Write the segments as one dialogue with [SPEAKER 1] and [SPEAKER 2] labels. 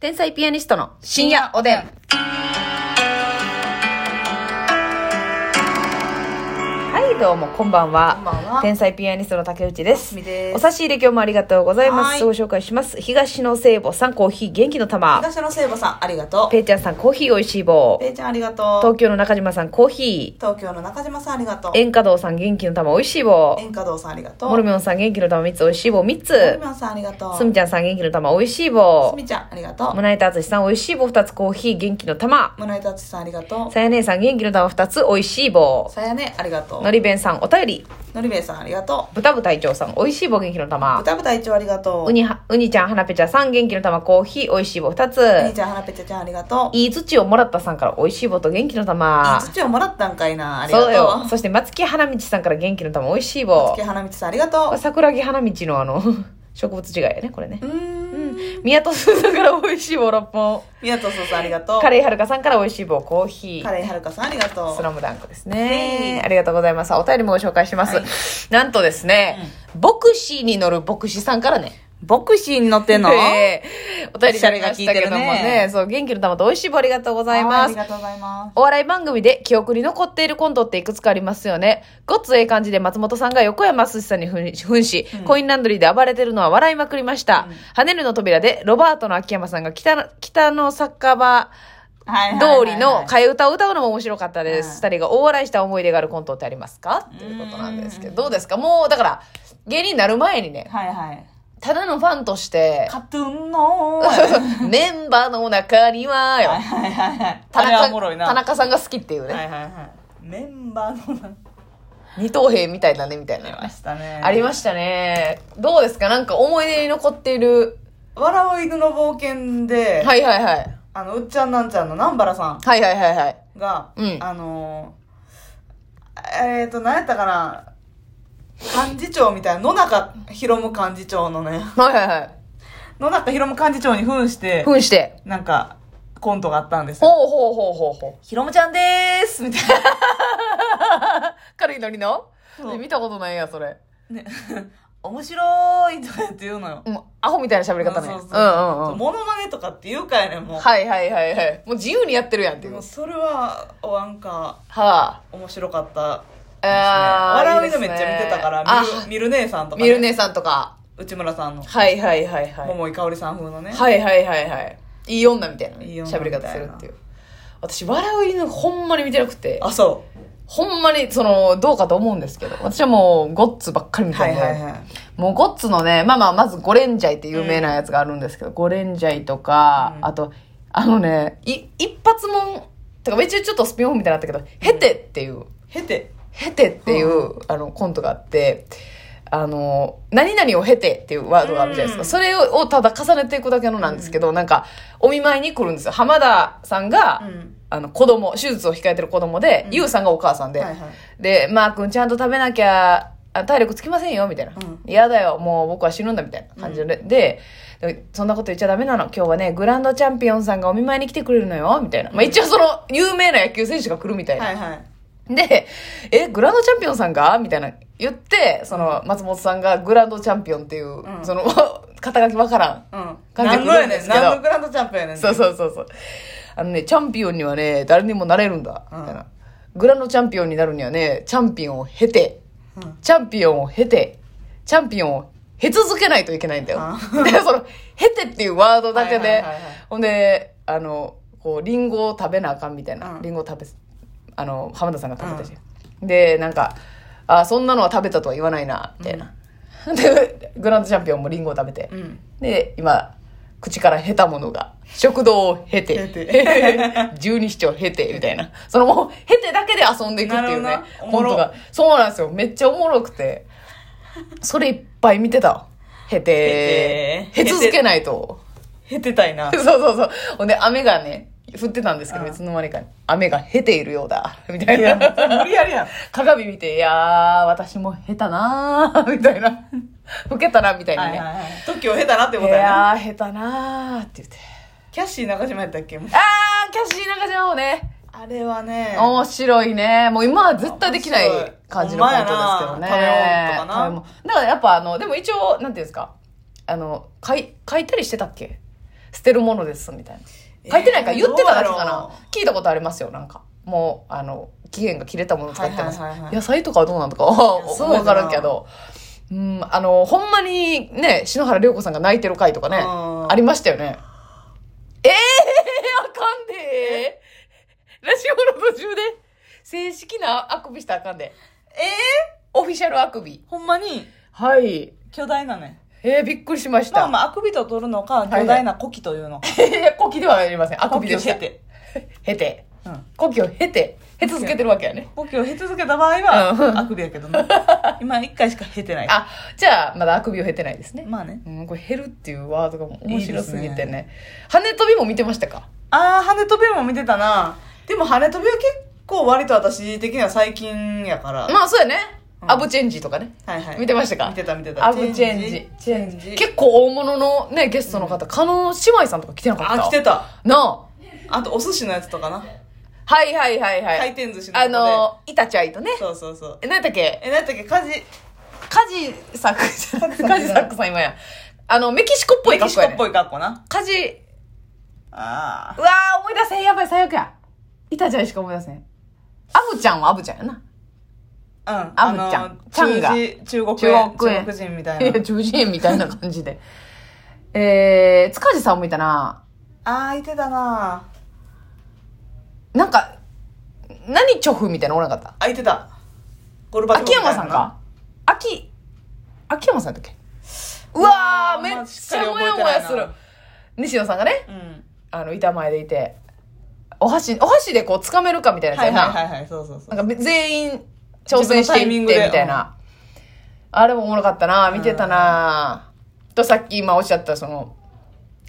[SPEAKER 1] 天才ピアニストの深夜おでん。はい、どうも、こんばんは。
[SPEAKER 2] こんばんは
[SPEAKER 1] 天才ピアニストの竹内です。
[SPEAKER 2] ますみです
[SPEAKER 1] お差し入れ今日もありがとうございま
[SPEAKER 2] は
[SPEAKER 1] す。
[SPEAKER 2] い
[SPEAKER 1] ご紹介します。東の聖母さん、コーヒー元気の玉。
[SPEAKER 2] 東野聖母さんありがと
[SPEAKER 1] ペイちゃんさん、コーヒーおいしいう棒。
[SPEAKER 2] ペイちゃんありがとう
[SPEAKER 1] 東京の中島さん、コーヒ
[SPEAKER 2] 東京の中島さんありがとう
[SPEAKER 1] ー。円華堂さん、元気の玉、おいしい棒。
[SPEAKER 2] 円華堂さんありがとう
[SPEAKER 1] モル
[SPEAKER 2] モ
[SPEAKER 1] ミョンさん、元気の玉3つ、おいしい棒3
[SPEAKER 2] ル
[SPEAKER 1] つ
[SPEAKER 2] ミ。ョンさんありがとう
[SPEAKER 1] すみちゃんさん、元気の玉、おいしい
[SPEAKER 2] す
[SPEAKER 1] 棒。
[SPEAKER 2] みちゃんありがとう
[SPEAKER 1] 胸板淳さん、おいしい棒2つ、コーヒー元気の玉。
[SPEAKER 2] 村井達さんありがと
[SPEAKER 1] さや姉さん、元気の玉2つ、おいしい棒
[SPEAKER 2] う。さやねありがと
[SPEAKER 1] の
[SPEAKER 2] う
[SPEAKER 1] り弁さん、お便り。
[SPEAKER 2] のりべいさんありがと
[SPEAKER 1] ぶたぶ隊長さん、おいしい棒元気の
[SPEAKER 2] う
[SPEAKER 1] 玉
[SPEAKER 2] ぶ。たぶた一応ありがとう
[SPEAKER 1] うには、うにちゃん、はなぺちゃんさん、元気の玉、コーヒー、おいしい棒2つ。
[SPEAKER 2] お兄ちゃんはなぺちゃちゃんありがとういい
[SPEAKER 1] いい土をもらったさんから、おいしい棒と元気の玉。
[SPEAKER 2] 土をもらったんかいなありがと
[SPEAKER 1] そううよ。そして、松木花道さんから、元気の玉、おいしい棒
[SPEAKER 2] 月。花道さんありがと
[SPEAKER 1] これ
[SPEAKER 2] う
[SPEAKER 1] 桜木花道のあの、 植物違いやね、これね
[SPEAKER 2] う。ーん
[SPEAKER 1] 宮戸すさんから、おいしい棒6本。
[SPEAKER 2] 宮戸さんありがとう
[SPEAKER 1] カレイはるかさんから、おいしい棒、コーヒー
[SPEAKER 2] カ。レイはるかさんありがとう
[SPEAKER 1] スラムダンクです
[SPEAKER 2] ね
[SPEAKER 1] ね
[SPEAKER 2] え。
[SPEAKER 1] ありがとうございます。お便りもご紹介します。
[SPEAKER 2] はい
[SPEAKER 1] なんとですね、牧師に乗る牧師さんからね、
[SPEAKER 2] 牧師に乗ってんの
[SPEAKER 1] ええお便りいただきましたけども
[SPEAKER 2] おしゃれが効いてる
[SPEAKER 1] ね
[SPEAKER 2] ね
[SPEAKER 1] そう、元気の玉と美味しい棒ありがとうござい
[SPEAKER 2] はいあ
[SPEAKER 1] ま
[SPEAKER 2] り
[SPEAKER 1] す。
[SPEAKER 2] がとうございます
[SPEAKER 1] お笑い番組で記憶に残っているコントっていくつかありますよね。ごっつええ感じで松本さんが横山すしさんに扮し扮し、コインランドリーで暴れてるのは笑いまくりました。跳ねるの扉でロバートの秋山さんが北の北の酒場、
[SPEAKER 2] はいはいはいは
[SPEAKER 1] 通
[SPEAKER 2] い
[SPEAKER 1] りの替え歌を歌うのも面白かったです。二、人が大笑いした思い出があるコントってありますかっていうことなんですけど、どうですかもう、だから、芸人になる前にね、
[SPEAKER 2] はいはい
[SPEAKER 1] ただのファンとして、
[SPEAKER 2] カトゥーンの
[SPEAKER 1] メンバーの中には、よ
[SPEAKER 2] はいはいはい
[SPEAKER 1] 田
[SPEAKER 2] あれは
[SPEAKER 1] 中
[SPEAKER 2] おもろいな
[SPEAKER 1] 田中さんが好きっていうね、
[SPEAKER 2] はいはいはいメンバーの名前
[SPEAKER 1] 二等兵みたいだね、みたいな。
[SPEAKER 2] ましたね
[SPEAKER 1] ありましたね。どうですかなんか思い出に残っている。
[SPEAKER 2] 笑う犬の冒険で、
[SPEAKER 1] はいはいはい。
[SPEAKER 2] あのうっちゃんなんちゃんの南原さ
[SPEAKER 1] はいはいはいはい。
[SPEAKER 2] んが、
[SPEAKER 1] うん
[SPEAKER 2] あのーえっ、ー、と何やったかな幹事長みたいな野中ひろむ幹事長のね
[SPEAKER 1] はいはいは
[SPEAKER 2] 野中ひろむ幹事長に扮し
[SPEAKER 1] い。
[SPEAKER 2] て
[SPEAKER 1] ふんして。
[SPEAKER 2] なんかコントがあったんです
[SPEAKER 1] ほう
[SPEAKER 2] よ
[SPEAKER 1] ほうほうほうほう。
[SPEAKER 2] ひろむちゃんでーすみたいな
[SPEAKER 1] 軽いノリの
[SPEAKER 2] そう
[SPEAKER 1] 見たことないや、それ。
[SPEAKER 2] ね、面白いとかって言うのよ。
[SPEAKER 1] うん、アホみたいな喋り方ね。
[SPEAKER 2] そううそうん
[SPEAKER 1] うんうん。
[SPEAKER 2] モノマネとかって言うかやねん、もう。
[SPEAKER 1] はいはいはいはい。もう自由にやってるやんっていう。
[SPEAKER 2] もう
[SPEAKER 1] は
[SPEAKER 2] それは、おわんか、
[SPEAKER 1] あ。
[SPEAKER 2] 面白かった。
[SPEAKER 1] あー
[SPEAKER 2] 笑う
[SPEAKER 1] いいで
[SPEAKER 2] 犬
[SPEAKER 1] す
[SPEAKER 2] め
[SPEAKER 1] ね
[SPEAKER 2] っちゃ見てたから、
[SPEAKER 1] あ
[SPEAKER 2] 見る見る姉さんとか、
[SPEAKER 1] 見る。姉さんとか。
[SPEAKER 2] 内村さんの、
[SPEAKER 1] はいはいはいはい。
[SPEAKER 2] 桃井かおりさん風のね。
[SPEAKER 1] はいはいはいはい。いい女みたいなね
[SPEAKER 2] いい女
[SPEAKER 1] 喋
[SPEAKER 2] みたいな
[SPEAKER 1] り方するっていう。私、笑う犬ほんまに見てなくて、
[SPEAKER 2] あ、そ
[SPEAKER 1] ほんまに、その、どうかと思うんですけど、私はもう、ゴッツばっかり
[SPEAKER 2] う。
[SPEAKER 1] 見て
[SPEAKER 2] は
[SPEAKER 1] る
[SPEAKER 2] い
[SPEAKER 1] んで、
[SPEAKER 2] はいはい。
[SPEAKER 1] もうゴッツのね、まあまあ、まずゴレンジャイって有名なやつがあるんですけど、ゴレンジャイとか、
[SPEAKER 2] うん
[SPEAKER 1] あと、あのね、い一発もん、とか、めっちゃちょっとスピンオフみたいになのあったけど、ヘテっていう、
[SPEAKER 2] へて。
[SPEAKER 1] ヘテっていう、あの、コントがあって、あの、何々を経てっていうワードがあるじゃないですか。
[SPEAKER 2] うん
[SPEAKER 1] それををただ重ねていくだけのなんですけど、なんか、お見舞いに来るんですよ。浜田さんが、
[SPEAKER 2] うん
[SPEAKER 1] あの、子供、手術を控えてる子供で、
[SPEAKER 2] うん
[SPEAKER 1] ゆうさんがお母さんで、
[SPEAKER 2] はいはい。
[SPEAKER 1] で、マー君ちゃんと食べなきゃ、あ体力つきませんよ、みたいな
[SPEAKER 2] うん。
[SPEAKER 1] 嫌、だよ、もう僕は死ぬんだ、みたいな感じで、で、でそんなこと言っちゃダメなの。今日はね、グランドチャンピオンさんがお見舞いに来てくれるのよ、みたいな。まあ一応その、有名な野球選手が来るみたいな
[SPEAKER 2] は。いはい。
[SPEAKER 1] で、え、グランドチャンピオンさんがみたいな言って、その、松本さんがグランドチャンピオンっていう、
[SPEAKER 2] うん
[SPEAKER 1] その、 肩書きわからん。
[SPEAKER 2] うん。
[SPEAKER 1] 感じで
[SPEAKER 2] 何の
[SPEAKER 1] 来る
[SPEAKER 2] や
[SPEAKER 1] んで
[SPEAKER 2] ね
[SPEAKER 1] す
[SPEAKER 2] ん。
[SPEAKER 1] けど
[SPEAKER 2] 何のグランドチャンピオンやねん。
[SPEAKER 1] そうそうそうそう。あのね、チャンピオンにはね、誰にもなれるんだ、
[SPEAKER 2] うん
[SPEAKER 1] みたいな。グランドチャンピオンになるにはね、チャンピオンを経て、
[SPEAKER 2] うん
[SPEAKER 1] チャンピオンを経て、チャンピオンを経続けないといけないんだよ。で、 その、経てっていうワードだけ
[SPEAKER 2] はい
[SPEAKER 1] で
[SPEAKER 2] はいはいはい、
[SPEAKER 1] ほんで、あの、こう、リンゴを食べなあかんみたいな。
[SPEAKER 2] うん
[SPEAKER 1] リンゴを食べ、あの、浜田さんが食べたし。で、なんか、あ、そんなのは食べたとは言わないな、みたいな。で、グランドチャンピオンもリンゴを食べて、
[SPEAKER 2] うん。
[SPEAKER 1] で、今、口から経たものが、食堂を経て、
[SPEAKER 2] 経て
[SPEAKER 1] 十二指腸を経て、みたいな。そのもう、経てだけで遊んでいくっていう
[SPEAKER 2] な
[SPEAKER 1] ね
[SPEAKER 2] る、
[SPEAKER 1] 本
[SPEAKER 2] ほどなおもろ
[SPEAKER 1] 当が。そうなんですよ。めっちゃおもろくて。それいっぱい見てた。経て、
[SPEAKER 2] 経て
[SPEAKER 1] 経続けないと。。
[SPEAKER 2] へてたいな
[SPEAKER 1] そうそうそう。ほんで、雨がね、降ってたんですけど、
[SPEAKER 2] うん
[SPEAKER 1] いつの間にか、雨が経ているようだ、みたい
[SPEAKER 2] いや、もうそれ
[SPEAKER 1] な
[SPEAKER 2] 無。理やりやん。
[SPEAKER 1] 鏡見て、いやー、私も下手なー、みたいな。老けたな、みたいな
[SPEAKER 2] はい
[SPEAKER 1] ね。
[SPEAKER 2] はいはい。時をへたなって
[SPEAKER 1] い
[SPEAKER 2] ことやな。
[SPEAKER 1] やー、下手なーって言って。
[SPEAKER 2] キャッシー中島やったっけもう
[SPEAKER 1] あー、キャシー中島もね、
[SPEAKER 2] あれはね。
[SPEAKER 1] 面白いね。もう今は絶対できない
[SPEAKER 2] 面白い
[SPEAKER 1] 感じのコントですけどね。
[SPEAKER 2] ほんまやな食べ物とかな
[SPEAKER 1] 食べ物だからやっぱあの、でも一応、なんていうんですか、あの、書い、書いたりしてたっけ捨てるものです、みたいな。書いてないから
[SPEAKER 2] えー
[SPEAKER 1] 言ってただけ
[SPEAKER 2] どう
[SPEAKER 1] か
[SPEAKER 2] や
[SPEAKER 1] な
[SPEAKER 2] ろ。
[SPEAKER 1] 聞いたことありますよ、なんか。もう、あの、期限が切れたもの使ってます。
[SPEAKER 2] はいはいはいはい
[SPEAKER 1] 野菜とかはどうなんとか
[SPEAKER 2] そう
[SPEAKER 1] は
[SPEAKER 2] やな
[SPEAKER 1] わからんけど。うん、あの、ほんまにね、篠原涼子さんが泣いてる回とかね、
[SPEAKER 2] うん
[SPEAKER 1] ありましたよね。ええー、あかんでラジオの途中で、正式なあくびしたらあかんで。
[SPEAKER 2] え
[SPEAKER 1] オフィシャルあくび。
[SPEAKER 2] ー、ほんまに
[SPEAKER 1] はい。
[SPEAKER 2] 巨大なね。
[SPEAKER 1] えー、びっくりしました。
[SPEAKER 2] まあまあ、あくびと取るのか、
[SPEAKER 1] いはい
[SPEAKER 2] 巨大な古希というのか。
[SPEAKER 1] いやいや、呼気ではありませ ん。あくびを
[SPEAKER 2] 古希
[SPEAKER 1] 経
[SPEAKER 2] を経
[SPEAKER 1] て。
[SPEAKER 2] て。
[SPEAKER 1] 経て。
[SPEAKER 2] うん。
[SPEAKER 1] 呼気を経て、経続けてるわけやね。
[SPEAKER 2] 呼吸を経続けた場合
[SPEAKER 1] うん
[SPEAKER 2] は、あくびや けどね。今一回しか経てない。
[SPEAKER 1] あ、じゃあ、まだあくびを経てないですね。
[SPEAKER 2] まあね。
[SPEAKER 1] うん、これ、減るっていうワードがもう面白すぎてね。
[SPEAKER 2] いいです
[SPEAKER 1] 羽飛びも見てましたか
[SPEAKER 2] あー、羽飛びも見てたな。でも羽飛びは結構割と私的には最近やから。
[SPEAKER 1] まあ、そうやね。
[SPEAKER 2] うん
[SPEAKER 1] アブチェンジとかね。
[SPEAKER 2] はいはい。
[SPEAKER 1] 見てましたか
[SPEAKER 2] 見てた見てた。
[SPEAKER 1] アブチェンジ。
[SPEAKER 2] チェンジ。
[SPEAKER 1] 結構大物のね、ゲストの方、加納姉妹さんとか来てなかった
[SPEAKER 2] あ、来てた。
[SPEAKER 1] な
[SPEAKER 2] あと、お寿司のやつとかな。
[SPEAKER 1] あ。はいはいはいはい。
[SPEAKER 2] 回転寿司の
[SPEAKER 1] あ
[SPEAKER 2] やつで。
[SPEAKER 1] の、イタチャイとね。
[SPEAKER 2] そうそうそう。
[SPEAKER 1] え、なんだっけ
[SPEAKER 2] え、なんだっけ、家事。
[SPEAKER 1] カジサクじゃなくて、
[SPEAKER 2] カ
[SPEAKER 1] カ
[SPEAKER 2] ジ
[SPEAKER 1] ジ
[SPEAKER 2] サク
[SPEAKER 1] サクさん今や。あの、メキシコっぽい
[SPEAKER 2] メ
[SPEAKER 1] 格
[SPEAKER 2] キシ
[SPEAKER 1] 好
[SPEAKER 2] コ
[SPEAKER 1] や
[SPEAKER 2] っ
[SPEAKER 1] ね。
[SPEAKER 2] ぽい格好な。
[SPEAKER 1] カジ、
[SPEAKER 2] あ
[SPEAKER 1] うわー、思い出せん。やばい、最悪や。イタジャイしか思い出せん。アブちゃんはアブちゃんやな。
[SPEAKER 2] あ。うん。
[SPEAKER 1] アブちゃんちゃんが
[SPEAKER 2] 中時中国円
[SPEAKER 1] 中国円
[SPEAKER 2] 中国人みた
[SPEAKER 1] い
[SPEAKER 2] い
[SPEAKER 1] や、
[SPEAKER 2] な。
[SPEAKER 1] 中人円みたいな感じで。えー、塚地さんもいたな。
[SPEAKER 2] あー、いてたな
[SPEAKER 1] なんか、何チョフみたいなのおらなかっ
[SPEAKER 2] あ、いてた。ゴル
[SPEAKER 1] た
[SPEAKER 2] バチョ
[SPEAKER 1] 秋
[SPEAKER 2] フみた
[SPEAKER 1] 山
[SPEAKER 2] いな
[SPEAKER 1] さんか秋、秋山さんだっけうわー、
[SPEAKER 2] うわー
[SPEAKER 1] めっ
[SPEAKER 2] まあしっ
[SPEAKER 1] ち
[SPEAKER 2] か
[SPEAKER 1] ゃ
[SPEAKER 2] り
[SPEAKER 1] も
[SPEAKER 2] 覚え
[SPEAKER 1] や
[SPEAKER 2] て
[SPEAKER 1] も
[SPEAKER 2] ないな
[SPEAKER 1] やする。西野さんがね。
[SPEAKER 2] うん。
[SPEAKER 1] あの、板前でいて、お箸、お箸でこう、掴めるかみたいな
[SPEAKER 2] は
[SPEAKER 1] や
[SPEAKER 2] い
[SPEAKER 1] つやな。
[SPEAKER 2] はいはいはい、そうそうそう。
[SPEAKER 1] なんか、全員、挑戦してい
[SPEAKER 2] 自分のタイミン
[SPEAKER 1] っ
[SPEAKER 2] グ
[SPEAKER 1] て、
[SPEAKER 2] で
[SPEAKER 1] みたいな。あれもおもろかったな、見てたな。と、さっき今おっしゃった、その、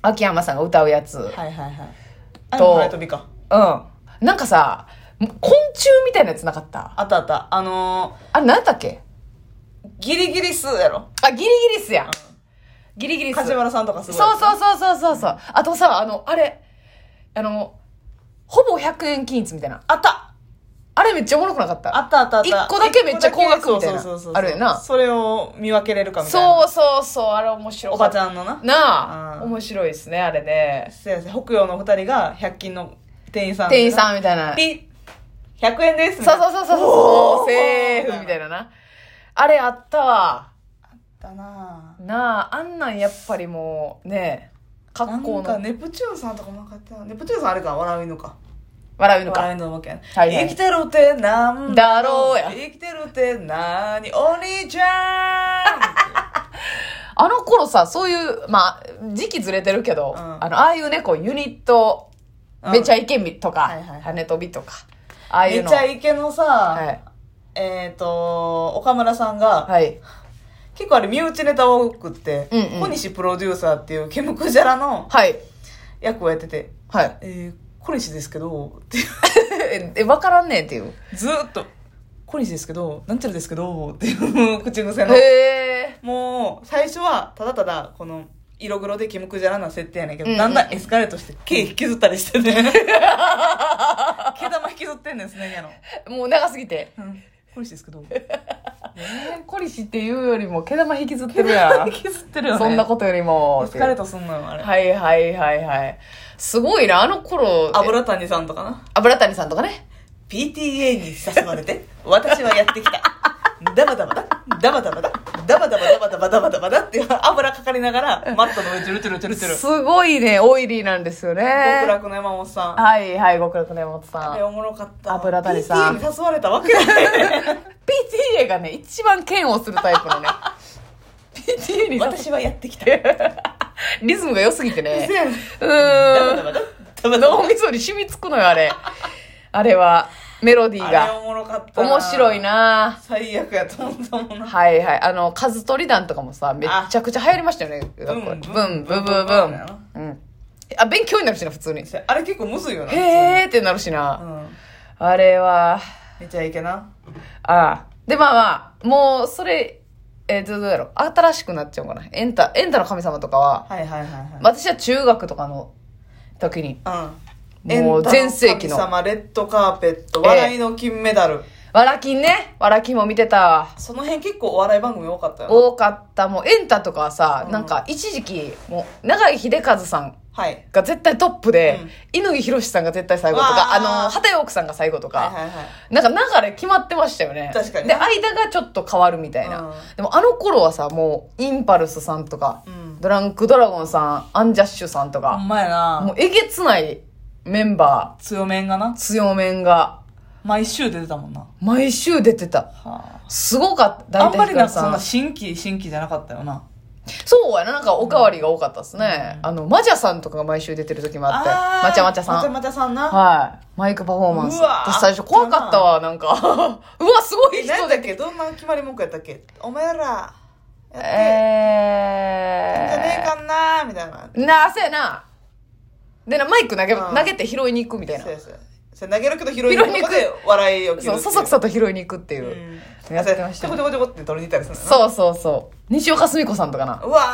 [SPEAKER 1] 秋山さんが歌うやつ。
[SPEAKER 2] はいはいはい。あ
[SPEAKER 1] と
[SPEAKER 2] の、ライトビか。
[SPEAKER 1] うん。なんかさ、昆虫みたいなやつなかった
[SPEAKER 2] あったあった。あの
[SPEAKER 1] あれ、何やったっけ
[SPEAKER 2] ー、ギリギリスーやろ。
[SPEAKER 1] あ、ギリギリスやん。ギリギリス。
[SPEAKER 2] 梶
[SPEAKER 1] そう
[SPEAKER 2] 原さんとかすごい。
[SPEAKER 1] そうそうそうそうそう。あとさ、あの、あれ、あの、ほぼ100円均一みたいな。
[SPEAKER 2] あった
[SPEAKER 1] あれめっちゃおもろくなかった
[SPEAKER 2] あったあったあった。
[SPEAKER 1] 一個だけめっちゃ高額みたいな
[SPEAKER 2] そうそうそうそう
[SPEAKER 1] あるよな
[SPEAKER 2] それを見分けれるかみたいな。
[SPEAKER 1] そうそうそう、あれ面白
[SPEAKER 2] おばち
[SPEAKER 1] ん。
[SPEAKER 2] ゃんのな。
[SPEAKER 1] なあ、
[SPEAKER 2] うん
[SPEAKER 1] 面白いですね、あれね。
[SPEAKER 2] そうやせ、北洋の二人が100均の店員さん。
[SPEAKER 1] 店員さんみたいな。
[SPEAKER 2] ピッ !100 円です
[SPEAKER 1] そうそうそうそうそう、セーフみたい
[SPEAKER 2] な。
[SPEAKER 1] なな。あれあったわ。
[SPEAKER 2] だな
[SPEAKER 1] なあ、あんなんやっぱりもう、ね
[SPEAKER 2] ぁ。
[SPEAKER 1] 格好
[SPEAKER 2] なんか
[SPEAKER 1] の。
[SPEAKER 2] ネプチューンさんとかもなかったなネプチューンさんあれか、笑う犬か。
[SPEAKER 1] 笑うの
[SPEAKER 2] 笑
[SPEAKER 1] か。
[SPEAKER 2] う犬のわけやね
[SPEAKER 1] はいはい
[SPEAKER 2] 生きてるってなん
[SPEAKER 1] だろうや
[SPEAKER 2] 生きてるってなに、お兄ちゃ
[SPEAKER 1] あの頃さ、そういう、まあ、時期ずれてるけど、
[SPEAKER 2] うん
[SPEAKER 1] あの、ああいうね、こう、ユニット、
[SPEAKER 2] うん
[SPEAKER 1] めちゃイケミとか、
[SPEAKER 2] はいはいはい
[SPEAKER 1] 羽飛びとか、あ あ
[SPEAKER 2] ん
[SPEAKER 1] い
[SPEAKER 2] め
[SPEAKER 1] うの。
[SPEAKER 2] ちゃイケの
[SPEAKER 1] は
[SPEAKER 2] さ、
[SPEAKER 1] い。
[SPEAKER 2] えっと、岡村さんが、
[SPEAKER 1] はい。
[SPEAKER 2] 結構あれ身内ネタ多くって
[SPEAKER 1] うんうん、
[SPEAKER 2] 小西プロデューサーっていうケムクジャラの
[SPEAKER 1] はい。
[SPEAKER 2] 役をやってて、
[SPEAKER 1] はい。
[SPEAKER 2] えー、小西ですけど、って
[SPEAKER 1] え、わからんねんっていう。
[SPEAKER 2] ずーっと、小西ですけど、なんちゃらですけど、っていう口癖の。
[SPEAKER 1] へえ。
[SPEAKER 2] もう、最初は、ただただ、この、色黒でキムクじゃらな設定やねんけど、
[SPEAKER 1] うんうん
[SPEAKER 2] だんだんエスカレートして、毛引きずったりしてね。毛玉引きずってんねん、すね毛の。
[SPEAKER 1] もう長すぎて。
[SPEAKER 2] うん。小西ですけど。
[SPEAKER 1] コリシっていうよりも、毛玉引きずってるや
[SPEAKER 2] 引きずってるよ
[SPEAKER 1] ん。
[SPEAKER 2] ね。
[SPEAKER 1] そんなことよりも
[SPEAKER 2] エ。スカレートすんのよ、あれ。
[SPEAKER 1] はいはいはいはい。すごいな、あの頃。
[SPEAKER 2] 油谷さんとかな。
[SPEAKER 1] 油谷さんとかね。
[SPEAKER 2] PTA に誘われて、私はやってきた。ダバダバだ、ダバダバだ、ダバダバダバダバダバダバだっていう油かかりながら、マットの上チュルチュルチュルチュル。
[SPEAKER 1] すごいね、オイリーなんですよね。
[SPEAKER 2] 極楽の山本さん。
[SPEAKER 1] はいはい、極楽の山本
[SPEAKER 2] あ
[SPEAKER 1] さ
[SPEAKER 2] れ
[SPEAKER 1] ん。
[SPEAKER 2] おもろかった。
[SPEAKER 1] 油谷さん
[SPEAKER 2] PTA に誘われたわけだね。
[SPEAKER 1] PTA がね、一番嫌悪するタイプのね。PTA にさ
[SPEAKER 2] 私はやってきた。せ
[SPEAKER 1] リズムが良すぎてね。
[SPEAKER 2] や
[SPEAKER 1] う
[SPEAKER 2] ダバダ
[SPEAKER 1] ーん。
[SPEAKER 2] バだ、ダバダバ
[SPEAKER 1] 脳みそに染みつくのよ、あれ。あれは、メロディー
[SPEAKER 2] だ。あれ
[SPEAKER 1] が。
[SPEAKER 2] おもろかった。
[SPEAKER 1] 面白い。な
[SPEAKER 2] 最悪やと思ったもんな。
[SPEAKER 1] はいはい。あの、数取り団とかもさ、めっちゃくちゃ流行りましたよね。ブ
[SPEAKER 2] ンブン
[SPEAKER 1] ブン、ブンブン
[SPEAKER 2] ブンブンやな
[SPEAKER 1] ブン。うん。あ、勉強になるしな、普通に。
[SPEAKER 2] せあれ結構むずいよな。
[SPEAKER 1] へーってなるし
[SPEAKER 2] う
[SPEAKER 1] な。
[SPEAKER 2] ん。
[SPEAKER 1] あれは、
[SPEAKER 2] めちゃいけな。
[SPEAKER 1] ああ。で、まあまあ、もう、それ、えっと、どうやろう。新しくなっちゃうかな。エンタ、エンタの神様とかは、
[SPEAKER 2] はいはいはいはい。
[SPEAKER 1] 私は中学とかの時に、
[SPEAKER 2] うん。
[SPEAKER 1] もう全盛期の
[SPEAKER 2] エンタ神様、レッドカーペット、
[SPEAKER 1] ええ
[SPEAKER 2] 笑いの金メダル。
[SPEAKER 1] わらきんね。わらきんも見てたわ。
[SPEAKER 2] その辺結構お笑い番組多かったよな。
[SPEAKER 1] 多かった。もう、エンタとかはさ、
[SPEAKER 2] うん
[SPEAKER 1] なんか、一時期、もう、長井秀和さん
[SPEAKER 2] はい
[SPEAKER 1] が絶対トップで
[SPEAKER 2] うん、
[SPEAKER 1] 乾博さんが絶対最後と
[SPEAKER 2] うわ
[SPEAKER 1] か、
[SPEAKER 2] ー
[SPEAKER 1] あの、畑奥さんが最後とか、
[SPEAKER 2] はいはいはい
[SPEAKER 1] なんか流れ決まってましたよね。
[SPEAKER 2] 確かに
[SPEAKER 1] で、間がちょっと変わるみたいな。
[SPEAKER 2] うん
[SPEAKER 1] でもあの頃はさ、もう、インパルスさんとか、
[SPEAKER 2] うん
[SPEAKER 1] ドランクドラゴンさん、アンジャッシュさんと
[SPEAKER 2] ほん
[SPEAKER 1] か、
[SPEAKER 2] まや
[SPEAKER 1] も
[SPEAKER 2] な
[SPEAKER 1] うえげつないメンバ
[SPEAKER 2] 強めんがな
[SPEAKER 1] ー、強面が、
[SPEAKER 2] 毎週出てたもんな、
[SPEAKER 1] 毎週出てた。
[SPEAKER 2] は
[SPEAKER 1] すごかった。
[SPEAKER 2] あ、あんまりな
[SPEAKER 1] 大体ヒカル
[SPEAKER 2] んか
[SPEAKER 1] さ
[SPEAKER 2] そんな新規新規じゃなかったよな
[SPEAKER 1] そうやな、なんかおかわりが多かったですね。あの、マジャさんとかが毎週出てる時もあって、マチャマチャさ
[SPEAKER 2] まちゃ
[SPEAKER 1] ん。
[SPEAKER 2] まちゃさんな、
[SPEAKER 1] はい。マイクパフォーマンス。
[SPEAKER 2] うわー
[SPEAKER 1] 私最初怖かったわ、 なんか。うわ、すごい
[SPEAKER 2] 何や
[SPEAKER 1] 人
[SPEAKER 2] った
[SPEAKER 1] だ
[SPEAKER 2] っけ
[SPEAKER 1] けど。
[SPEAKER 2] どんな決まり文句やったっけお前らやって、じゃねえ
[SPEAKER 1] え
[SPEAKER 2] かんなみたいな
[SPEAKER 1] ー。なあ、そうやな。でな、マイク投げ、
[SPEAKER 2] うん
[SPEAKER 1] 投げて拾いに行くみたいな
[SPEAKER 2] そう。やそうやそれ投げるけど拾
[SPEAKER 1] 拾いに
[SPEAKER 2] いに
[SPEAKER 1] 行
[SPEAKER 2] 行
[SPEAKER 1] く
[SPEAKER 2] くで笑いを切る
[SPEAKER 1] そう、そそくさと拾いに行くっていうう。
[SPEAKER 2] ん
[SPEAKER 1] やってました
[SPEAKER 2] ちょ
[SPEAKER 1] ね
[SPEAKER 2] こちょこちょこって取りに行ったりするの
[SPEAKER 1] そうそうそう。西岡澄子さんとかな。
[SPEAKER 2] うわ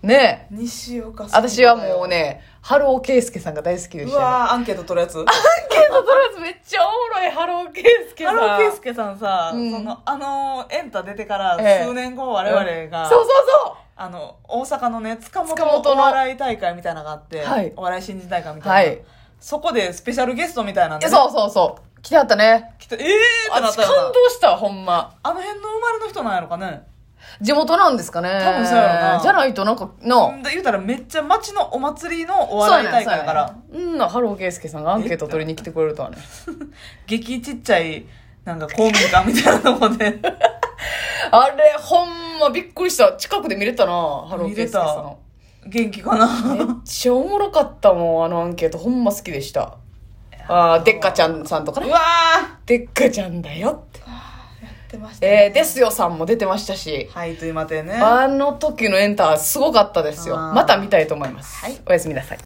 [SPEAKER 1] ねえ。
[SPEAKER 2] ー西岡さん
[SPEAKER 1] 私はもうね、春尾圭介さんが大好きでし
[SPEAKER 2] う
[SPEAKER 1] たね。
[SPEAKER 2] わーアンケート取るやつ
[SPEAKER 1] けど、とりあえずめっちゃおもろい、ハローケイスケさん。
[SPEAKER 2] ハローケイスケさんさ、
[SPEAKER 1] うん
[SPEAKER 2] そのあのエンタ出てから
[SPEAKER 1] ええ
[SPEAKER 2] 数年後我々が、
[SPEAKER 1] そうそうそ
[SPEAKER 2] あの大阪のね塚本
[SPEAKER 1] 塚本
[SPEAKER 2] お
[SPEAKER 1] の
[SPEAKER 2] 笑い大会みたいなのがあって、
[SPEAKER 1] はい
[SPEAKER 2] お笑い新人大会み
[SPEAKER 1] う
[SPEAKER 2] た
[SPEAKER 1] はい
[SPEAKER 2] な、
[SPEAKER 1] い。
[SPEAKER 2] そこでスペシャルゲストみたいなんでね、
[SPEAKER 1] そうそうそう。来てはったね。
[SPEAKER 2] 来てえーってなっ
[SPEAKER 1] 私
[SPEAKER 2] たよ
[SPEAKER 1] 感
[SPEAKER 2] な
[SPEAKER 1] 動したわ、ほんま。
[SPEAKER 2] あの辺の生まれの人なんやろかね
[SPEAKER 1] 地元なんですかね。
[SPEAKER 2] 多分そうやろな
[SPEAKER 1] じゃないとなんか、
[SPEAKER 2] う
[SPEAKER 1] なあ
[SPEAKER 2] んで言うたらめっちゃ町のお祭りのお笑い大会やから
[SPEAKER 1] そうやねんそうやねんうんな、ハローケイスケさんがアンケート取りに来てくれるとはね。
[SPEAKER 2] 激ちっちゃいなんか公民館みたいなとこ で
[SPEAKER 1] あれ、ほんまびっくりした。近くで見れたな、ハローケイスケさん。
[SPEAKER 2] 元気かな
[SPEAKER 1] めっちゃおもろかったもん、あのアンケート。ほんま好きでした。ああ、でっかちゃんさんとか
[SPEAKER 2] う
[SPEAKER 1] ね。
[SPEAKER 2] わ
[SPEAKER 1] でっかちゃんだよって。
[SPEAKER 2] ー出ました
[SPEAKER 1] えー、ですよさんも出てましたし。
[SPEAKER 2] はいというまてね
[SPEAKER 1] あの時のエンターすごかったですよ。
[SPEAKER 2] あー
[SPEAKER 1] また見たいと思います。
[SPEAKER 2] はい
[SPEAKER 1] おやすみなさい。